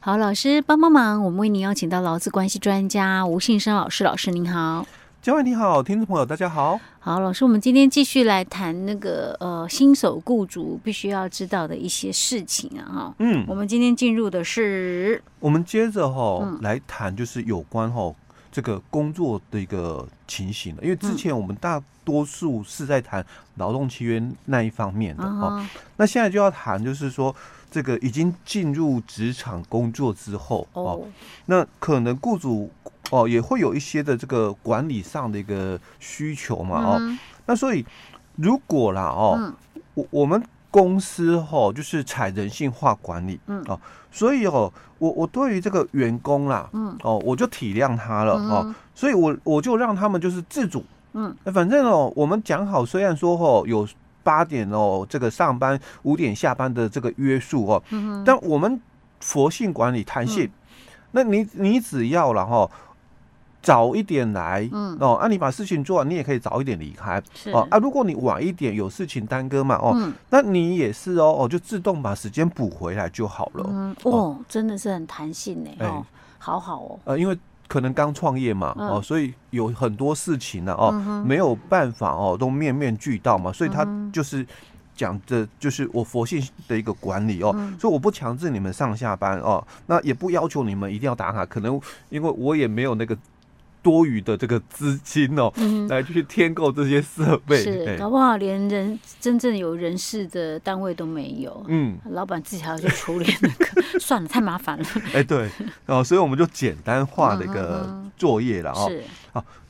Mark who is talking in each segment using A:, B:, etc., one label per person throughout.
A: 好，老师帮帮忙，我们为您邀请到劳资关系专家吴信生老师，老师您好。
B: 教委你好，听众朋友大家好。
A: 好，老师，我们今天继续来谈那个呃新手雇主必须要知道的一些事情啊哈。
B: 嗯，
A: 我们今天进入的是
B: 我们接着哈、
A: 嗯
B: 来谈，就是有关哈这个工作的一个情形了。因为之前我们大多数是在谈劳动契约那一方面的
A: 啊
B: 哈、
A: 哈
B: 那现在就要谈就是说这个已经进入职场工作之后哦，
A: 哦
B: 那可能雇主哦也会有一些的这个管理上的一个需求嘛哦，
A: 嗯
B: 那所以如果啦哦，
A: 嗯
B: 我我们公司吼、就是采人性化管理，
A: 嗯
B: 哦，所以哦，我我对于这个员工啦，
A: 嗯
B: 哦，我就体谅他了、
A: 嗯
B: 哦，所以我我就让他们就是自主，
A: 嗯
B: 那反正哦，我们讲好，虽然说吼、有八点哦这个上班五点下班的这个约束哦，
A: 嗯
B: 但我们佛性管理弹性，那你你只要了哈、哦，早一点来。
A: 嗯
B: 哦，啊，你把事情做完，你也可以早一点离开。
A: 是
B: 哦啊，如果你晚一点有事情耽搁嘛，哦，
A: 嗯
B: 那你也是哦，哦，就自动把时间补回来就好了。
A: 嗯哦，真的是很弹性呢
B: 哎
A: 哦，好好哦，
B: 呃，因为可能刚创业嘛，
A: 嗯
B: 哦，所以有很多事情呢、哦，
A: 嗯哼
B: 没有办法哦，都面面俱到嘛，所以他
A: 嗯哼
B: 就是讲的，就是我佛性的一个管理哦，
A: 嗯
B: 所以我不强制你们上下班哦，那也不要求你们一定要打卡，可能因为我也没有那个多余的这个资金哦，
A: 嗯
B: 来去添购这些设备，
A: 是，
B: 哎
A: 搞不好连人真正有人事的单位都没有，
B: 嗯，
A: 老板自己还要去处理那 个，算了，太麻烦了。
B: 哎、对，哦，所以我们就简单化的一
A: 嗯嗯
B: 个
A: 嗯
B: 作业了哦。
A: 是，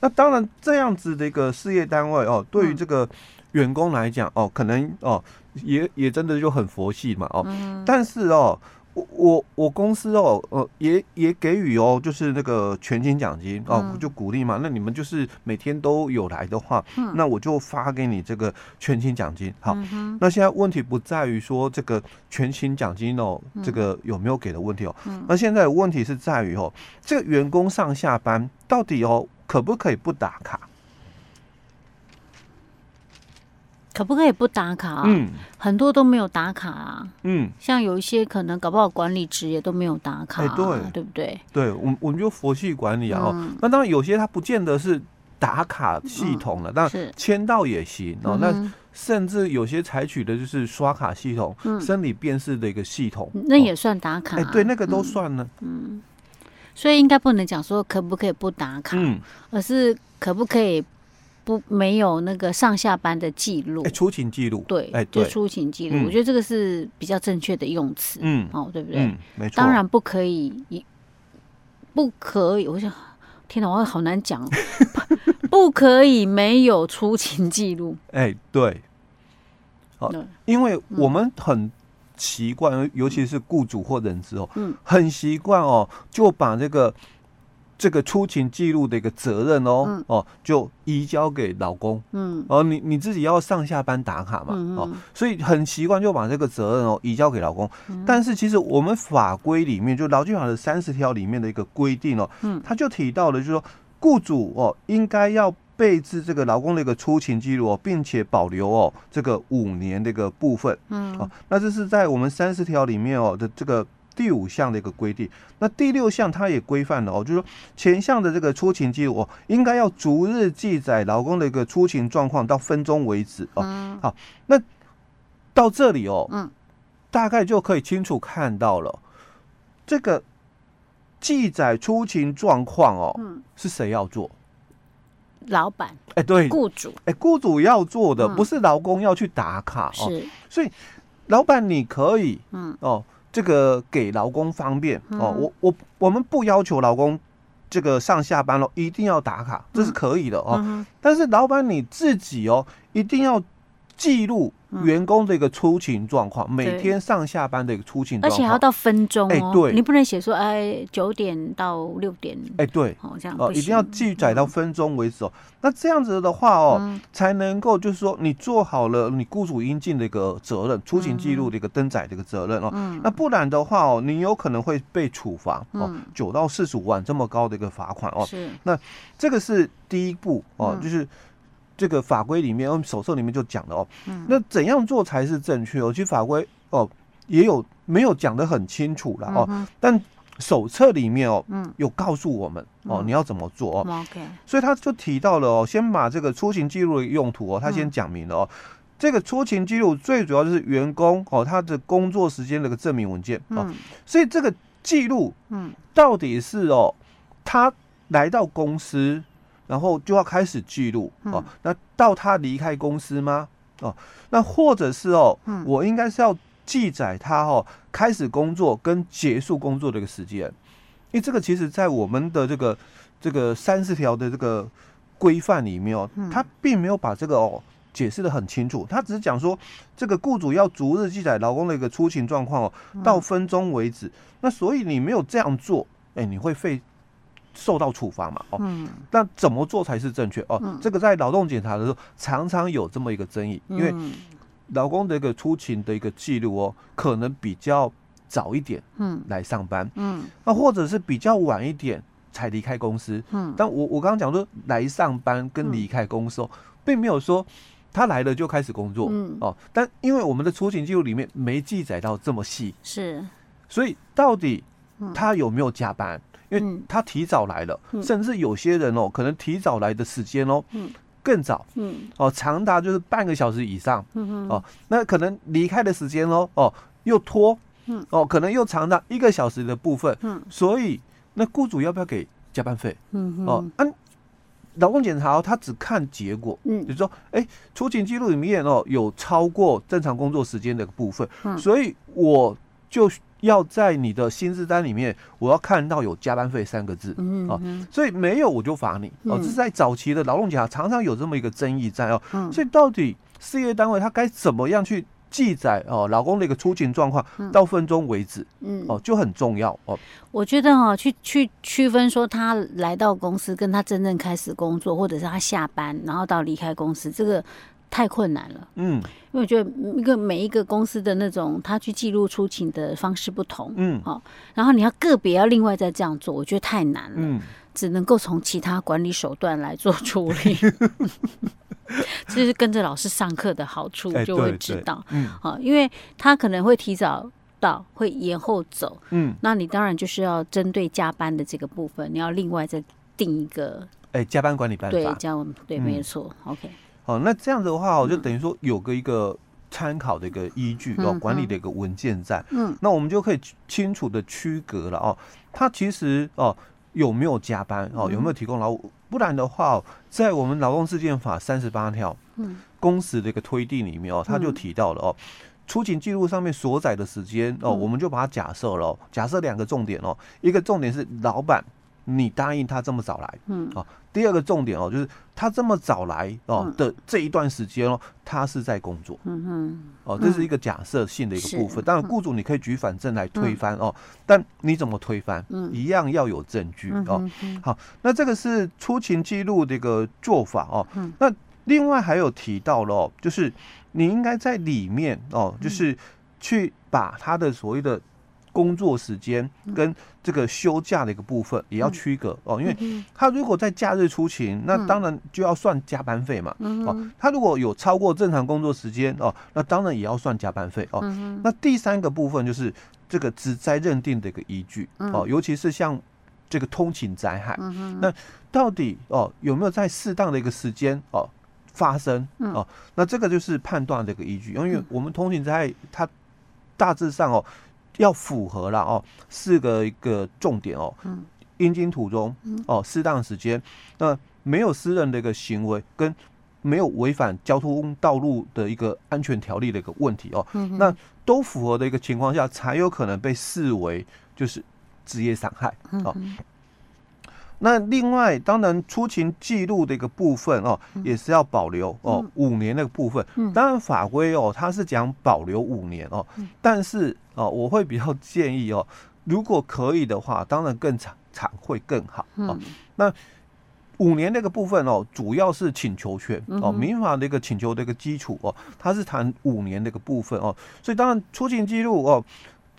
B: 那当然，这样子的一个事业单位哦，
A: 嗯
B: 对于这个员工来讲哦，可能哦，也也真的就很佛系嘛哦。
A: 嗯
B: 但是哦，我我我公司哦，呃，也也给予哦，就是那个全勤奖金哦，
A: 嗯
B: 就鼓励嘛。那你们就是每天都有来的话，
A: 嗯
B: 那我就发给你这个全勤奖金。好，
A: 嗯哼
B: 那现在问题不在于说这个全勤奖金哦，这个有没有给的问题哦。
A: 嗯
B: 那现在的问题是在于哦，这个员工上下班到底哦可不可以不打卡？
A: 可不可以不打卡、啊？
B: 嗯
A: 很多都没有打卡啊，
B: 嗯，
A: 像有一些可能搞不好管理职也都没有打卡、啊
B: 哎对
A: 不对？
B: 对，我们我们就佛系管理啊。哦，
A: 嗯
B: 那当然有些它不见得是打卡系统了，但
A: 嗯是
B: 签到也行哦。
A: 嗯
B: 那
A: 哼
B: 甚至有些采取的就是刷卡系统、
A: 嗯
B: 生理辨识的一个系统，
A: 那
B: 哦
A: 也算打卡、
B: 哎
A: 啊，
B: 对，那个都
A: 嗯
B: 算了。
A: 所以应该不能讲说啊可不可以不打卡，
B: 嗯，
A: 而是可不可以不没有那个上下班的记录？
B: 哎，出勤记录，
A: 对，
B: 哎
A: 就
B: 对，
A: 出勤记录，
B: 嗯
A: 我觉得这个是比较正确的用词，
B: 嗯
A: 哦，对不对？
B: 嗯，没错。
A: 当然不可以，一不可以，我想，天哪，我好难 讲哦，不可以没有出勤记录，
B: 哎、对，好、
A: 对
B: 因为我们很习惯，尤其是雇主或人资哦，
A: 嗯，
B: 很习惯哦，就把这个这个出勤记录的一个责任哦，
A: 嗯
B: 哦，就移交给老公
A: 嗯
B: 哦，你你自己要上下班打卡嘛，
A: 嗯
B: 哦
A: 嗯，
B: 所以很习惯就把这个责任哦移交给老公，但是其实我们法规里面，就劳基法的三十条里面的一个规定哦，
A: 嗯
B: 他就提到了，就是说雇主哦应该要备置这个劳工的一个出勤记录、哦，并且保留哦这个五年的一个部分
A: 嗯
B: 哦，那这是在我们三十条里面哦的这个。第五项的一个规定，那第六项它也规范了哦，就是说前项的这个出勤记录哦，应该要逐日记载劳工的一个出勤状况到分钟为止哦。
A: 嗯
B: 到这里哦，
A: 嗯，
B: 大概就可以清楚看到了，这个记载出勤状况哦，
A: 嗯，
B: 是谁要做？
A: 老板、
B: 哎、对，哎、
A: 雇主
B: 雇主要做的，
A: 嗯
B: 不是劳工要去打卡哦。
A: 是，
B: 所以，老板你可以
A: 嗯
B: 哦，这个给劳工方便哦。我我我们不要求劳工这个上下班了一定要打卡，这是可以的哦。
A: 嗯
B: 但是老板你自己哦，一定要记录
A: 嗯
B: 员工的一个出勤状况，每天上下班的一个出勤
A: 而
B: 状
A: 且
B: 况，
A: 还要到分钟哦，
B: 哎对
A: 你不能写说哎九点到六点，
B: 哎、对。
A: 哦这样
B: 哦，
A: 不行，
B: 一定要记载到分钟为止哦。那这样子的话哦，
A: 嗯
B: 才能够就是说你做好了你雇主应尽的一个责任，出勤记录的一个登载的一个责任哦。
A: 嗯
B: 那不然的话哦，你有可能会被处罚哦
A: 嗯，
B: 九到四十五万这么高的一个罚款哦。
A: 是
B: 这个是第一步哦，
A: 嗯
B: 就是这个法规里面，我们手册里面就讲了哦。
A: 嗯
B: 那怎样做才是正确哦？其实法规哦也有没有讲得很清楚啦哦，
A: 嗯哼
B: 但手册里面哦，嗯，有告诉我们哦，
A: 嗯
B: 你要怎么做哦，
A: ，OK，
B: 所以他就提到了哦，先把这个出勤记录的用途哦，他先讲明了哦。这个出勤记录最主要就是员工哦他的工作时间的一个证明文件哦，
A: 嗯
B: 所以这个记录
A: 嗯
B: 到底是哦他来到公司，然后就要开始记录哦，那到他离开公司吗？哦，那或者是哦，
A: 嗯
B: 我应该是要记载他哦开始工作跟结束工作的一个时间，因为这个其实在我们的这个这个三十条的这个规范里面哦，他并没有把这个哦解释的很清楚，他只是讲说这个雇主要逐日记载劳工的一个出勤状况哦，到分钟为止。那所以你没有这样做，哎、你会被受到处罚嘛？哦，
A: 嗯，
B: 那怎么做才是正确？哦，这个在劳动检查的时候常常有这么一个争议，因为
A: 嗯
B: 劳工的一个出勤的一个记录哦，可能比较早一点
A: 嗯
B: 来上班，
A: 嗯
B: 那或者是比较晚一点才离开公司。
A: 嗯
B: 但我我刚刚讲说来上班跟离开公司哦，并没有说他来了就开始工作、
A: 嗯
B: 哦。但因为我们的出勤记录里面没记载到这么细，
A: 是
B: 所以到底他有没有加班？因为
A: 嗯
B: 他提早来了，甚至有些人哦，可能提早来的时间哦，
A: 嗯
B: 更早
A: 嗯
B: 哦，长达就是半个小时以上
A: 嗯
B: 哦。那可能离开的时间哦，哦又拖，
A: 嗯
B: 哦，可能又长达一个小时的部分，
A: 嗯
B: 所以那雇主要不要给加班费？
A: 嗯
B: 哦，啊，劳动检查、哦、他只看结果，
A: 嗯
B: 就是说，哎、出勤记录里面哦有超过正常工作时间的部分，
A: 嗯
B: 所以我就要在你的薪资单里面，我要看到有加班费三个字。
A: 嗯
B: 哦
A: 嗯
B: 所以没有我就罚你哦，
A: 嗯
B: 这是在早期的劳动检查常常有这么一个争议在哦，
A: 嗯
B: 所以到底事业单位它该怎么样去记载哦劳工的一个出勤状况
A: 嗯
B: 到分钟为止
A: 嗯
B: 哦就很重要哦，
A: 我觉得哈、去去区分说他来到公司，跟他真正开始工作，或者是他下班然后到离开公司，这个太困难了。
B: 嗯
A: 因为我觉得一个每一个公司的那种他去记录出勤的方式不同，
B: 嗯
A: 然后你要个别要另外再这样做，我觉得太难了，
B: 嗯，
A: 只能够从其他管理手段来做处 理。这就是跟着老师上课的好处
B: 哎，
A: 就
B: 对
A: 会知
B: 对
A: 道
B: 嗯
A: 啊、因为他可能会提早到，会延后走，
B: 嗯，
A: 那你当然就是要针对加班的这个部分，你要另外再定一个
B: 哎、加班管理办
A: 对
B: 法，
A: 加嗯我们对，
B: 嗯
A: 没错，OK，
B: 哦，那这样子的话哦，就等于说有个一个参考的一个依据哦，
A: 嗯
B: 管理的一个文件在，
A: 嗯，
B: 那我们就可以去清楚的区隔了哦，它其实哦有没有加班哦，
A: 嗯
B: 有没有提供劳务，不然的话、哦，在我们劳动事件法三十八条，
A: 嗯，
B: 工时的一个推定里面哦，它就提到了哦。出勤记录上面所载的时间哦，
A: 嗯
B: 我们就把它假设了、哦，假设两个重点哦，一个重点是老板你答应他这么早来，
A: 嗯，
B: 哦，第二个重点哦，就是他这么早来哦、的这一段时间哦，他是在工作，
A: 嗯哼，
B: 哦，这是一个假设性的一
A: 是嗯
B: 个部分。当然，雇主你可以举反证来推翻哦，但你怎么推翻，一样要有证据
A: 嗯
B: 哦。
A: 哼哼，
B: 好，那这个是出勤记录的一个做法哦。
A: 嗯
B: 那另外还有提到了哦，就是你应该在里面
A: 嗯
B: 哦，就是去把他的所谓的工作时间
A: 嗯
B: 跟这个休假的一个部分也要区隔哦，因为
A: 嗯
B: 他如果在假日出勤，那当然就要算加班费嘛。
A: 嗯
B: 哦，他如果有超过正常工作时间哦，那当然也要算加班费哦。
A: 嗯
B: 那第三个部分就是这个职灾认定的一个依据
A: 嗯
B: 哦，尤其是像这个通勤灾害，那到底哦有没有在适当的一个时间哦发生哦？那这个就是判断的一个依据，因为我们通勤灾害它大致上哦要符合了哦四个一个重点哦，阴经途中哦适当的时间，那没有私人的一个行为跟没有违反交通道路的一个安全条例的一个问题哦，
A: 嗯
B: 那都符合的一个情况下，才有可能被视为就是职业伤害哦。那另外，当然出勤记录的一个部分哦，也是要保留哦五年那个部分。当然法规哦，它是讲保留五年哦，但是哦，我会比较建议哦，如果可以的话，当然更长长会更好
A: 嗯
B: 哦。那五年那个部分哦，主要是请求权
A: 嗯
B: 哦，民法的一个请求的一个基础哦，它是谈五年的一个部分哦，所以当然出勤记录哦，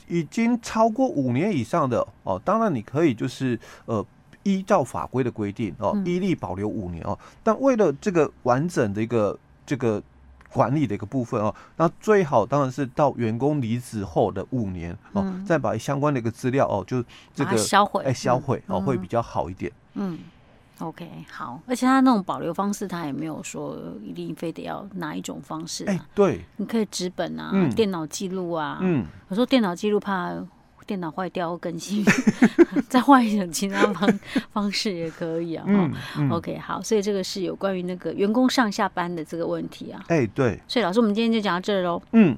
B: 已经超过五年以上的哦，当然你可以就是呃。依照法规的
A: 嗯
B: 规定哦，依例保留五年哦，但为了这个完整的一个这个管理的一个部分哦。那最好当然是到员工离职后的五年哦，再把相关的一个资料哦，就这
A: 嗯把它
B: 个
A: 销毁，
B: 哎销
A: 嗯
B: 毁哦，会比较好一点。
A: 嗯，OK，好，而且他那种保留方式，他也没有说一定非得要哪一种方式、啊
B: 哎，对，
A: 你可以纸本啊，
B: 嗯
A: 电脑记录啊。
B: 嗯，
A: 我说电脑记录怕电脑坏掉或更 新，再换一种其他方方式也可以啊。
B: 嗯
A: 嗯、OK，好，所以这个是有关于那个员工上下班的这个问题啊。
B: 哎，对，
A: 所以老师，我们今天就讲到这儿喽。
B: 嗯，